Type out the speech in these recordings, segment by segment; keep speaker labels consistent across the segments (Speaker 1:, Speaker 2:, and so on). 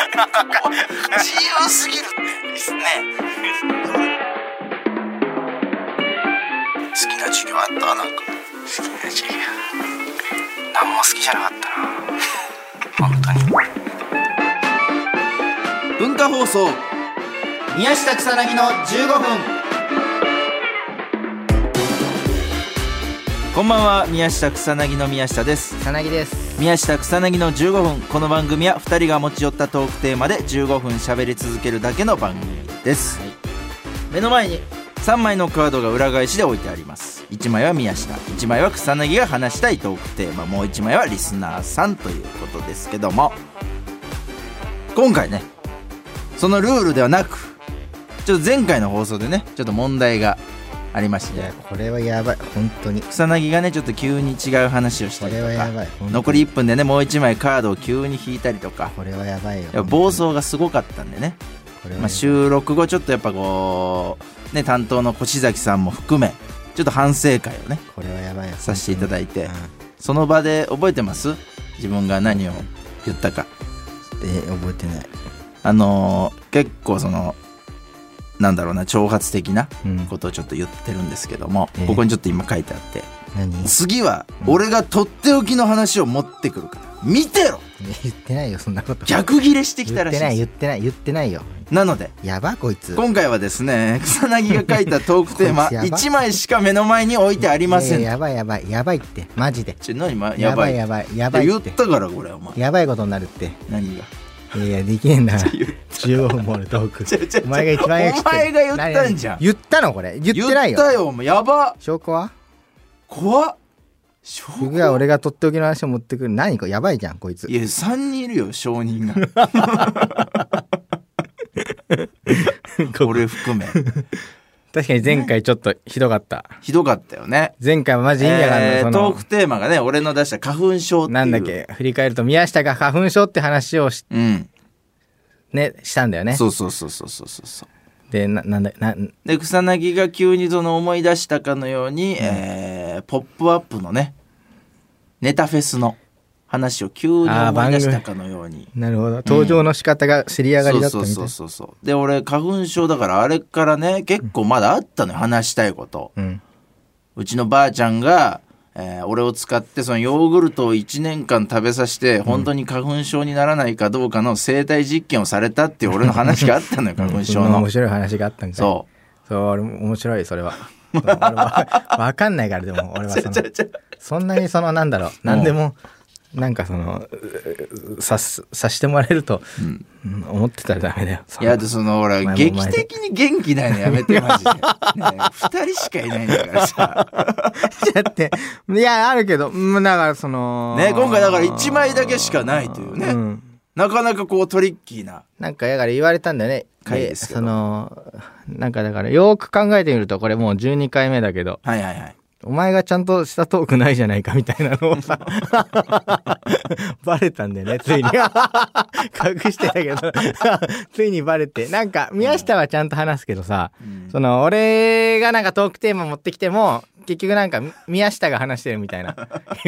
Speaker 1: 自由すぎるってですね好きな授業あったなんか
Speaker 2: 好きな授業何も好きじゃなかったな本当に
Speaker 3: 文化放送宮下草薙の15分こんばんは宮下草薙の宮下です
Speaker 4: 草薙です
Speaker 3: 宮下草薙の15分この番組は2人が持ち寄ったトークテーマで15分喋り続けるだけの番組です、
Speaker 4: はい
Speaker 3: 目の前に3枚のカードが裏返しで置いてあります1枚は宮下1枚は草薙が話したいトークテーマもう1枚はリスナーさんということですけども今回ねそのルールではなくちょっと前回の放送でねちょっと問題がありまし
Speaker 4: い
Speaker 3: て
Speaker 4: やこれはやばい本当に
Speaker 3: 草薙がねちょっと急に違う話をし
Speaker 4: こ
Speaker 3: たり
Speaker 4: れ
Speaker 3: と
Speaker 4: はや
Speaker 3: か
Speaker 4: ばい本当に
Speaker 3: 残り1分でねもう1枚カードを急に引いたりとか
Speaker 4: これはやばいよ
Speaker 3: やっぱ暴走がすごかったんでね、
Speaker 4: これはやばい
Speaker 3: まあ、収録後ちょっとやっぱこうね担当の越崎さんも含めちょっと反省会をね
Speaker 4: これはやばいよ
Speaker 3: させていただいて
Speaker 4: 本
Speaker 3: その場で覚えてます自分が何を言ったか
Speaker 4: 当にうんえー覚えてない
Speaker 3: あのー結構そのなんだろうな挑発的な
Speaker 4: うん
Speaker 3: ことをちょっと言ってるんですけども、
Speaker 4: ええ
Speaker 3: ここにちょっと今書いてあって
Speaker 4: 何
Speaker 3: 次は俺がとっておきの話を持ってくるから見てろ
Speaker 4: いや言ってないよそんなこと
Speaker 3: 逆ギレしてき
Speaker 4: 言
Speaker 3: た
Speaker 4: っ
Speaker 3: らしてい
Speaker 4: ない
Speaker 3: で
Speaker 4: 言ってない言ってないよ
Speaker 3: すなので
Speaker 4: やばこいつ
Speaker 3: 今回はですね草薙が書いたトークテーマ
Speaker 4: こいつやば
Speaker 3: 1枚しか目の前に置いてありませ
Speaker 4: いやいや
Speaker 3: ん
Speaker 4: やばいやばいやばいってマジで
Speaker 3: ちょ何まや
Speaker 4: やば
Speaker 3: ばい
Speaker 4: い
Speaker 3: っ
Speaker 4: やばいやば
Speaker 3: て
Speaker 4: い
Speaker 3: 言っ
Speaker 4: って
Speaker 3: たからこれお前
Speaker 4: やばいことになるって
Speaker 3: 何が
Speaker 4: いやいやできねえ んだから15分もあるトーク
Speaker 3: ちょちょちょ
Speaker 4: お前が一番早く知ってる
Speaker 3: お前が言ったんじゃん
Speaker 4: 何言ったのこれ言ってないよ
Speaker 3: 言ったよお前やば
Speaker 4: 証拠は
Speaker 3: 怖っ証拠
Speaker 4: 僕が俺がとっておきの話を持ってくる何これやばいじゃんこいつ
Speaker 3: いや3人いるよ証人が 俺含め
Speaker 4: 確かに前回ちょっとひどかった
Speaker 3: ひどかったよね
Speaker 4: 前回はマジ意味わかんない、
Speaker 3: えー
Speaker 4: そ
Speaker 3: ト
Speaker 4: の
Speaker 3: ークテーマがね俺の出した花粉症っていう
Speaker 4: なんだっけ振り返ると宮下が花粉症って話をし,、
Speaker 3: うん
Speaker 4: ね、したんだよね
Speaker 3: そうそうそうそうそうそうそう
Speaker 4: でななんだな
Speaker 3: で草薙が急にその思い出したかのように、えーポップアップのねネタフェスの話を急に
Speaker 4: あー
Speaker 3: 思い
Speaker 4: 番
Speaker 3: 出
Speaker 4: 組
Speaker 3: したかのように
Speaker 4: なるほど登場の仕方が知り上がりだった
Speaker 3: そ
Speaker 4: み
Speaker 3: う
Speaker 4: たいな、
Speaker 3: そうそうそうで俺花粉症だからあれからね結構まだあったのよ話したいこと
Speaker 4: うん
Speaker 3: うちのばあちゃんが、えー俺を使ってそのヨーグルトを1年間食べさせて本当に花粉症にならないかどうかの生態実験をされたっていう俺の話があった のよ花粉症
Speaker 4: そんな
Speaker 3: の
Speaker 4: 面白い話があったんかい
Speaker 3: そう
Speaker 4: そう俺も面白いそ れはそう俺は わかんないからでも俺はそのそんなにそのなんだろう何でもなんかそのううさすさしてもらえると、うん思ってたらダメだよそ
Speaker 3: い
Speaker 4: の
Speaker 3: や、でその、ほら、
Speaker 4: お前も
Speaker 3: 劇的に元気ないのやめて、マジで。ねえ二人しかいないんだから さ。
Speaker 4: だっていやあるけどうんだからその
Speaker 3: ね、今回だから一枚だけしかないというね。
Speaker 4: うん
Speaker 3: なかなかこうトリッキーな。
Speaker 4: なんかだから言われたんだよね
Speaker 3: 回ですけど
Speaker 4: そのなんかだからよく考えてみるとこれもう12回目だけど
Speaker 3: はいはいはい。
Speaker 4: お前がちゃんとしたトークないじゃないかみたいなの をさ、バレたんだよね、ついに。隠してたけど、ついにバレて。なんか、宮下はちゃんと話すけどさ、その、俺がなんかトークテーマ持ってきても、結局なんか、宮下が話してるみたいな。 い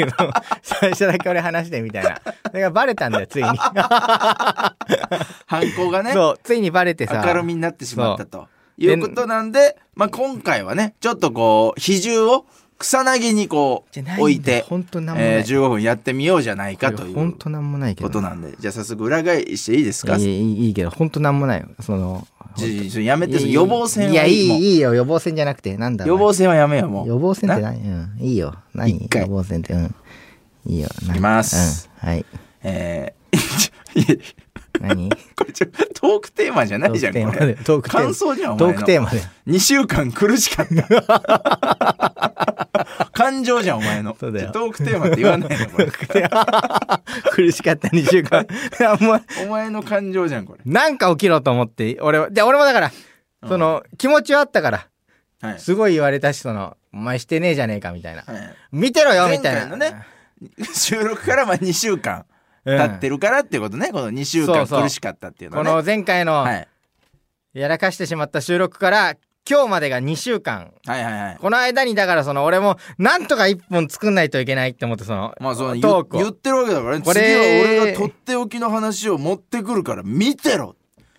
Speaker 4: うのを最初だけ俺話してみたいな。だからバレたんだ よ、ついに。
Speaker 3: 犯行がね、
Speaker 4: そう、ついにバレてさ。
Speaker 3: 明るみになってしまったと。いうことなんで、まあ、今回はね、ちょっとこう、比重を草薙にこ
Speaker 4: じゃないんだ
Speaker 3: う、置いて、
Speaker 4: 本当なんもない
Speaker 3: えー15分やってみようじゃないかとい
Speaker 4: 本
Speaker 3: う
Speaker 4: 当なんもないけ
Speaker 3: こ
Speaker 4: ど。
Speaker 3: となんで、じゃあ早速裏返していいですか
Speaker 4: いいいいいいけど、本当なんもないよ。その、
Speaker 3: じじやめて、その予防線はい
Speaker 4: やいい
Speaker 3: もう
Speaker 4: いいよ予防線じゃなくてなんだ
Speaker 3: 予防線はやめよ、もう。
Speaker 4: 予防線って
Speaker 3: な
Speaker 4: 何うんいいよ何
Speaker 3: 一回
Speaker 4: 予防線ってうんいいよい
Speaker 3: いきます、
Speaker 4: うん、はい
Speaker 3: えー いや
Speaker 4: 何
Speaker 3: これちょトークテーマじゃないじゃんこれ
Speaker 4: トークテーマ
Speaker 3: 感想じゃんお
Speaker 4: ト
Speaker 3: 前
Speaker 4: ー
Speaker 3: の
Speaker 4: クテーマで
Speaker 3: 2週間苦し かった感情じゃんお前の
Speaker 4: そうだよ
Speaker 3: トークテーマって言わないの これ
Speaker 4: 苦しかった2週 間あんま
Speaker 3: お前の感情じゃんこれ
Speaker 4: なんか起きろと思って俺はで俺もだからその、気持ちはあったから
Speaker 3: はい、
Speaker 4: すごい言われたしその「お前してねえじゃねえか」みたいな
Speaker 3: はい
Speaker 4: 「見てろよ」みた
Speaker 3: 前回
Speaker 4: いな
Speaker 3: のね収録からまあ2週間
Speaker 4: うん
Speaker 3: 経ってるからってことねこの2週
Speaker 4: そ
Speaker 3: 間
Speaker 4: うそう
Speaker 3: 苦しかったっていうの
Speaker 4: こ
Speaker 3: はね
Speaker 4: の前回の
Speaker 3: はい
Speaker 4: やらかしてしまった収録から今日までが2週間
Speaker 3: はいはいはい
Speaker 4: この間にだからその俺もなんとか1本作んないといけないって思ってその
Speaker 3: まあその
Speaker 4: ト
Speaker 3: 言
Speaker 4: ーク
Speaker 3: 言
Speaker 4: を
Speaker 3: ってるわけだからね
Speaker 4: こ
Speaker 3: 次
Speaker 4: れ
Speaker 3: は俺がとっておきの話を持ってくるから見てろ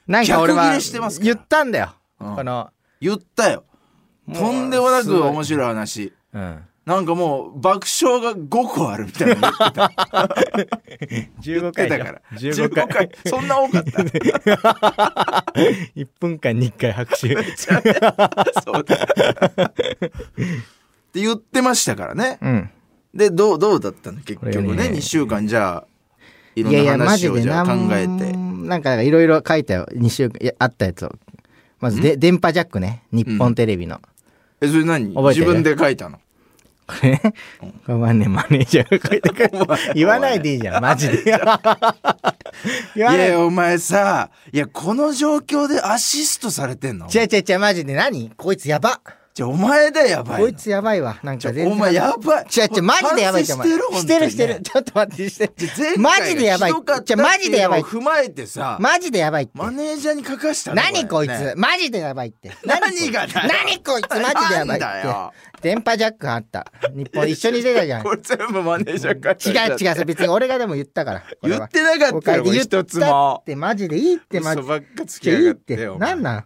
Speaker 4: なんか俺
Speaker 3: 逆
Speaker 4: は
Speaker 3: ギレしてますから
Speaker 4: 言ったんだ
Speaker 3: う
Speaker 4: よ、
Speaker 3: ん
Speaker 4: この、
Speaker 3: 言ったよ
Speaker 4: もう
Speaker 3: とんでもな
Speaker 4: すごい
Speaker 3: く面白い話
Speaker 4: うん、
Speaker 3: なんかもう爆笑が5個あるみたいなの言ってた言
Speaker 4: 15
Speaker 3: って
Speaker 4: 回
Speaker 3: たから
Speaker 4: 15
Speaker 3: ,15 回
Speaker 4: 回
Speaker 3: そんな多かった
Speaker 4: 1分間に1回拍手
Speaker 3: そうだって言ってましたからね
Speaker 4: うん
Speaker 3: でどうどうだったの結局
Speaker 4: これ
Speaker 3: ね
Speaker 4: ね
Speaker 3: 2週間じゃあいろ
Speaker 4: いやい
Speaker 3: んな
Speaker 4: やマ
Speaker 3: 話
Speaker 4: ジ
Speaker 3: を
Speaker 4: で
Speaker 3: じゃあ
Speaker 4: な
Speaker 3: 考
Speaker 4: ん
Speaker 3: えて
Speaker 4: なんかいろいろ書いたよ2週間いやあったやつをまずで電波ジャックね日本テレビの、
Speaker 3: えそれ何
Speaker 4: 覚えて
Speaker 3: 自
Speaker 4: る
Speaker 3: 分で書いたの
Speaker 4: これね これはねマネージャーが書いてく る言わないでいいじゃんマジで言わ
Speaker 3: い
Speaker 4: ない
Speaker 3: やお前さいやこの状況でアシストされてんの
Speaker 4: 違う違う違うマジで何こいつやば
Speaker 3: じゃあお前だよやばい
Speaker 4: こ
Speaker 3: の
Speaker 4: いつやばいわなん
Speaker 3: じゃあ
Speaker 4: か全然
Speaker 3: お前やばい
Speaker 4: 違う違うマジでやばいってお
Speaker 3: 反省し
Speaker 4: 前
Speaker 3: てる本当に
Speaker 4: してるしてるちょっと待ってして
Speaker 3: じゃあ前回
Speaker 4: マジでやばい
Speaker 3: がひどかった
Speaker 4: じゃあマジでやば
Speaker 3: っ
Speaker 4: い
Speaker 3: てうのを踏まえてさ
Speaker 4: マジでやばいって
Speaker 3: マネージャーに書かしたの
Speaker 4: 何こいつ、
Speaker 3: れね
Speaker 4: マジでやばいって
Speaker 3: 何がだよ
Speaker 4: 何こいつマジでやばいっ
Speaker 3: なんだよ
Speaker 4: て電波ジャックあった日本一緒に出たじゃん違
Speaker 3: これ全部マネージャー書いた
Speaker 4: う違うそれ別に俺がでも言ったからこれ
Speaker 3: 言
Speaker 4: は
Speaker 3: ってなかったよ
Speaker 4: 誤解で
Speaker 3: 一つ
Speaker 4: 言ったっ
Speaker 3: も
Speaker 4: てマジでいいってマジ
Speaker 3: 嘘
Speaker 4: で
Speaker 3: ばっかつ
Speaker 4: い
Speaker 3: きや
Speaker 4: い
Speaker 3: が
Speaker 4: っ
Speaker 3: って
Speaker 4: て
Speaker 3: よ
Speaker 4: なんなん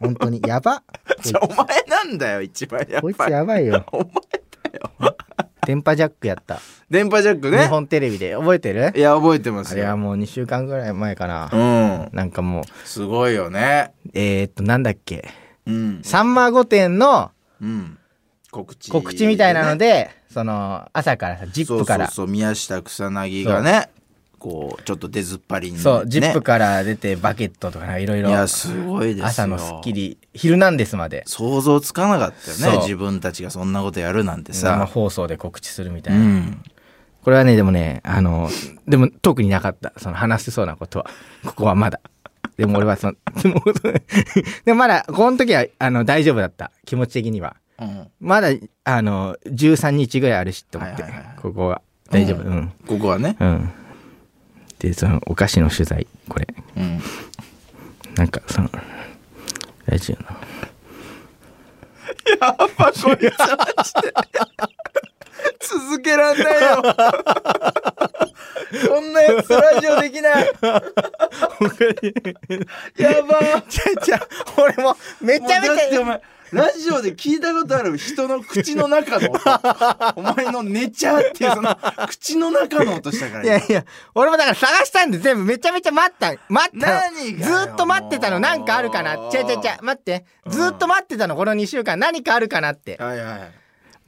Speaker 4: 本当に やば
Speaker 3: じゃあお前なんだよ一番や
Speaker 4: こいつ
Speaker 3: ばい
Speaker 4: やばいよ
Speaker 3: お前
Speaker 4: 電波ジャックやった
Speaker 3: 電波ジャック
Speaker 4: 日
Speaker 3: ね
Speaker 4: 本テレビで覚えてる
Speaker 3: いや覚えてま
Speaker 4: あ
Speaker 3: す
Speaker 4: れは
Speaker 3: よ
Speaker 4: もう2週間ぐらい前かな
Speaker 3: うん
Speaker 4: なんかもう
Speaker 3: すごいよね
Speaker 4: えー、っとなんだっけ
Speaker 3: うん
Speaker 4: サンマ御殿の
Speaker 3: うん告知
Speaker 4: 告知みたいなの
Speaker 3: で
Speaker 4: で、その朝からさジッ
Speaker 3: そう
Speaker 4: プから
Speaker 3: そうそう宮下草薙がねこうちょっと出ずっぱりにね
Speaker 4: そう、ジップから出てバケットとかいろい
Speaker 3: い
Speaker 4: ろ。
Speaker 3: やすごいですよ
Speaker 4: 朝のスッキリ、昼なんですまで。
Speaker 3: 想像つかなかったよ
Speaker 4: そ
Speaker 3: ね
Speaker 4: う
Speaker 3: 自分たちがそんなことやるなんて
Speaker 4: 生
Speaker 3: さ
Speaker 4: 放送で告知するみた
Speaker 3: う
Speaker 4: いな。
Speaker 3: ん
Speaker 4: これはね、でもね、あの、でも特になかった。その話せそうなことは。ここはまだ。でも俺はその、 でも、でもまだ、この時は、あの、大丈夫だった。気持ち的には。
Speaker 3: うん
Speaker 4: まだ、あの、13日ぐらいあるしって思って、
Speaker 3: はいはいはい
Speaker 4: ここは。大丈夫。うん。
Speaker 3: ここはね
Speaker 4: うん。で、その、お菓子の取材、これ。
Speaker 3: うん
Speaker 4: なんか、その、ラジオ の。
Speaker 3: 続けらんないよ こんなやつラジオできないやばー
Speaker 4: ちゃちゃ、俺もめちゃめ
Speaker 3: もうだって
Speaker 4: ち
Speaker 3: お
Speaker 4: ゃ、
Speaker 3: 前ラジオで聞いたことある人の口の中の音お前の「寝ちゃ」っていうその口の中の音したから
Speaker 4: いやいや、俺もだから探したんで全部めちゃめちゃ待った、待ったの。
Speaker 3: 何が
Speaker 4: ず
Speaker 3: よ
Speaker 4: ーっと待ってたの、なんかあるか
Speaker 3: も
Speaker 4: な。
Speaker 3: う
Speaker 4: ちゃちゃちゃ、待って。ずーっと待ってたの、この2週間、何かあるかなって。
Speaker 3: はいはい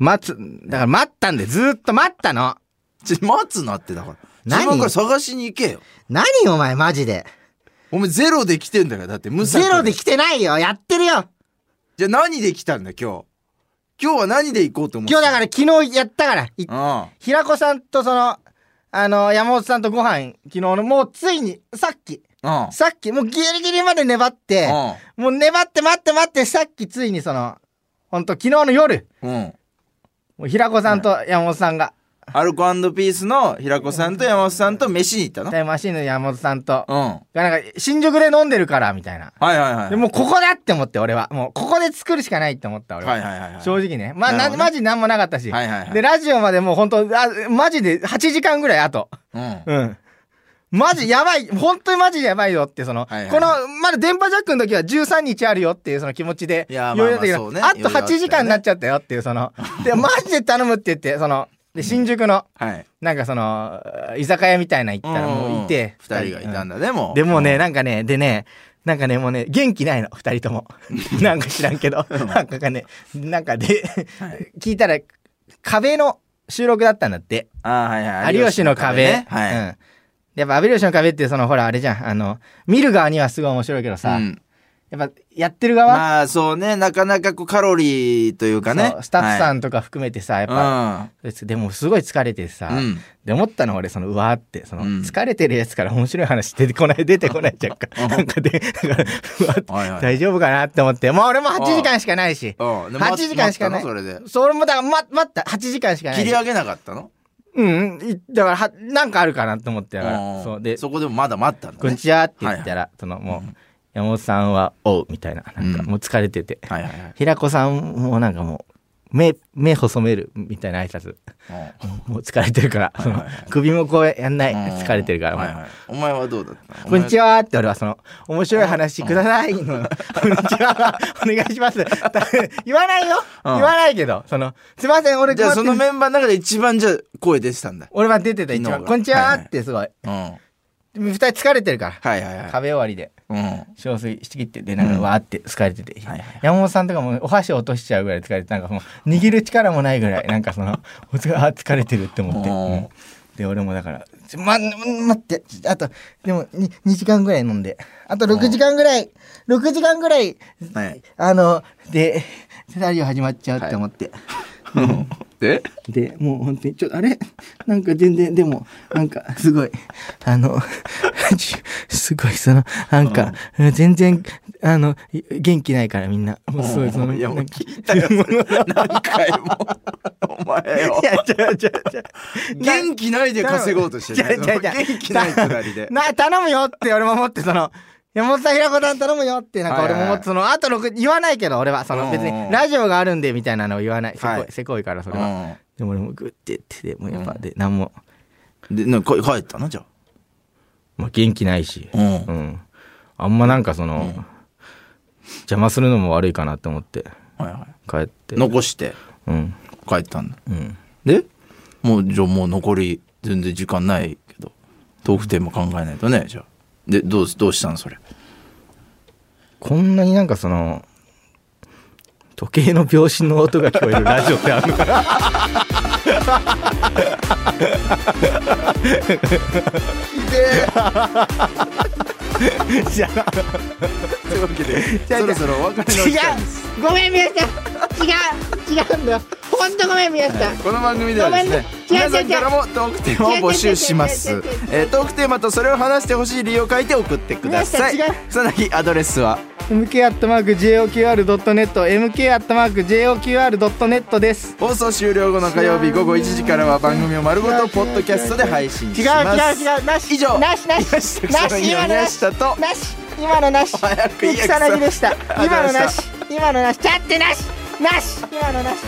Speaker 4: 待つ、だから待ったんで、ずーっと待ったの。
Speaker 3: ちょ待つなってだから
Speaker 4: 何
Speaker 3: 自分から探しに行けよ
Speaker 4: 何お前、マジで。
Speaker 3: お前ゼロで来てんだからだって無策
Speaker 4: ゼロで来てないよ、やってるよ。
Speaker 3: じゃあ何で来たんだ今日今日は何で行こうと思って
Speaker 4: 今日だからら昨日やったから、い平子さんとその、あの、山本さんとご飯、昨日の、もうついに、さっき、
Speaker 3: うん
Speaker 4: さっき、もうギリギリまで粘って、もう粘って待って待って、さっきついにその、ほんと昨日の夜、
Speaker 3: うんうん
Speaker 4: もう平子さんと山本さんが、
Speaker 3: アルコピースの平子さんと山本さんと飯に行ったの
Speaker 4: タイムマシーンの山本さんと、
Speaker 3: うんは
Speaker 4: がなんか新宿で飲んでるから、みたいな。
Speaker 3: いはいはい
Speaker 4: でもうここだって思って俺は、もうここで作るしかないって思った俺は。
Speaker 3: はいはいはいはい
Speaker 4: 正直ね。まあ、
Speaker 3: なる
Speaker 4: な
Speaker 3: ほどね
Speaker 4: マジなんもなかったし。
Speaker 3: はいはいはい
Speaker 4: で、ラジオまでもうほんと、あマジで8時間ぐらい後。
Speaker 3: うん
Speaker 4: うん。マジやばい、本当にマジやばいよって、その、
Speaker 3: はいはい
Speaker 4: この、まだ電波ジャックの時は13日あるよっていうその気持ちで、
Speaker 3: いやー
Speaker 4: 余裕だったけ
Speaker 3: まあまあそう
Speaker 4: ど、
Speaker 3: ね
Speaker 4: あと
Speaker 3: 余裕あったよね
Speaker 4: 8時間になっちゃったよっていう、その、で、マジで頼むって言って、その、で、新宿の、
Speaker 3: はい
Speaker 4: なんかその、居酒屋みたいな行ったらもういて、
Speaker 3: うん二人がいたん
Speaker 4: だ。
Speaker 3: だねもう
Speaker 4: でもうね、なんかね、でね、なんかね、もうね、元気ないの、二人と も。なんか知らんけど、なんかね、なんかで、聞いたら、壁の収録だったんだって。
Speaker 3: あーはいはい
Speaker 4: 有吉の壁。
Speaker 3: ねはい
Speaker 4: うん。やっぱ、有吉の壁って、その、ほら、あれじゃん。あの、見る側にはすごい面白いけどさ、
Speaker 3: うん
Speaker 4: やっぱ、やってる側、
Speaker 3: まあそうねなかなかこうカロリーというかね
Speaker 4: そうスタッフさ
Speaker 3: ん
Speaker 4: んとか含めてさ、やっぱ、でもすごい疲れてさ、
Speaker 3: うん
Speaker 4: で思ったの俺そのうわーってその、
Speaker 3: うん
Speaker 4: 疲れてるやつから面白い話出てこない出てこないじゃん かなんかでだからうわーって
Speaker 3: はいはい
Speaker 4: 大丈夫かなって思ってもう俺も8時間しかないし
Speaker 3: うんうんで
Speaker 4: 8時間しかない
Speaker 3: 待ったのそれで
Speaker 4: それもだからま待った8時間しかない
Speaker 3: 切り上げなかったの
Speaker 4: うんいだからはなんかあるかなと思ってだか
Speaker 3: う
Speaker 4: ら
Speaker 3: ん
Speaker 4: そうで
Speaker 3: そこでもまだ待ったんだ
Speaker 4: こん
Speaker 3: ね
Speaker 4: にちはって言ったら、そのもう、山本さんは「おう」みたいななんか
Speaker 3: うん
Speaker 4: もう疲れてて、
Speaker 3: はいはいはい
Speaker 4: 平子さんもなんかもう目目細めるみたいな挨拶もう疲れてるから、
Speaker 3: いはいはい
Speaker 4: その首もこうやんない
Speaker 3: うん
Speaker 4: 疲れてるから、
Speaker 3: はいはいお前はどうだった
Speaker 4: こんにち
Speaker 3: は
Speaker 4: はって俺はその面白い話くださいの こんにちはお願いします 言わないよ、
Speaker 3: うん
Speaker 4: 言わないけどそのすいません俺
Speaker 3: じゃあ
Speaker 4: 困
Speaker 3: そ
Speaker 4: って
Speaker 3: のメンバーの中で一番じゃあ声出てたんだ
Speaker 4: 俺は出てた一
Speaker 3: 昨
Speaker 4: 番
Speaker 3: 日が
Speaker 4: こんにちはってすごい、
Speaker 3: うんはい
Speaker 4: 二人疲れてるから、
Speaker 3: はいはい
Speaker 4: 壁終わりで
Speaker 3: うんはい
Speaker 4: 憔悴してきてでなんか
Speaker 3: うん
Speaker 4: わーって疲れてて、
Speaker 3: はい
Speaker 4: 山本さんとかもお箸落としちゃうぐらい疲れてなんかもう握る力もないぐらいなんかそのお疲れあー疲れてるって思って、
Speaker 3: うん
Speaker 4: うんで俺もだから「ちょま、待ってあとでも 2, 2時間ぐらい飲んであと6時間ぐらい6時間ぐらい
Speaker 3: はい
Speaker 4: あのでラジオ始まっちゃうって思って。
Speaker 3: で
Speaker 4: で、もう本当に、ちょっと、あれ なんか全然、でも、なんか、すごい、あの、 ちすごい、その、なんか、全然、あの、い元気ないからみんな。もうすごい、その、
Speaker 3: いやもう
Speaker 4: なんか
Speaker 3: 聞いたよ何回もお前よ
Speaker 4: いや、ちょちょちょ。
Speaker 3: 元気ないで稼ごうとしてる
Speaker 4: じゃじゃじゃ
Speaker 3: 元気ないくだりで
Speaker 4: な、頼むよって俺も思って、その、山本さん、平子さん頼むよって、なんか俺も思って、その、あと6、言わないけど、俺は、その、別
Speaker 3: うんう
Speaker 4: に、
Speaker 3: ん
Speaker 4: ラジオがあるんで、みたいなのを言わない。せこ
Speaker 3: はい
Speaker 4: い、せこいから、それは。
Speaker 3: う
Speaker 4: でも俺もグッてって、でもうやっぱ、
Speaker 3: うん
Speaker 4: で、なんも、
Speaker 3: んでなんか帰ったのじゃ
Speaker 4: まあ、元気ないし
Speaker 3: あ。うん
Speaker 4: うん、あんまなんかその、
Speaker 3: うん
Speaker 4: 邪魔するのも悪いかなって思って
Speaker 3: はいは
Speaker 4: 帰って
Speaker 3: い残して
Speaker 4: うん
Speaker 3: 帰ったんだ
Speaker 4: うん
Speaker 3: でもうじゃあもう残り全然時間ないけどトークテーマ考えないとねじゃあでどうどうしたのそれ
Speaker 4: こんなになんかその時計の秒針の音が聞こえるラジオってあるのかな じゃあ
Speaker 3: というわけでそろそろお別れの
Speaker 5: 違
Speaker 3: 時間です
Speaker 5: うごめん宮下違う違うんだよほんとごめん宮下
Speaker 3: この番組ではですね
Speaker 5: ご
Speaker 3: 皆
Speaker 5: めんね違う
Speaker 3: さんからもトークテーマを募集します
Speaker 5: 違う違う違う違う違う
Speaker 3: えートークテーマとそれを話してほしい理由を書いて送ってください
Speaker 5: 違う違う
Speaker 3: 草薙アドレスは
Speaker 4: MK アットマーク JOQR.net MK アットマーク JOQR.net です
Speaker 3: 放送終了後の火曜日午後1時からは番組を丸ごとポッドキャストで配信し
Speaker 5: 違う違
Speaker 3: ます
Speaker 5: う違うなし
Speaker 3: 以上
Speaker 5: なしなし
Speaker 3: 宮下
Speaker 5: な
Speaker 3: 草
Speaker 5: し
Speaker 3: 薙の
Speaker 5: 今
Speaker 3: 宮
Speaker 5: のな
Speaker 3: 下と
Speaker 5: しなし今のなし
Speaker 3: 早く言え
Speaker 5: 草薙でした
Speaker 3: 草薙
Speaker 5: 今のなし
Speaker 3: あ
Speaker 5: 今のなしちゃってなしなし今のなし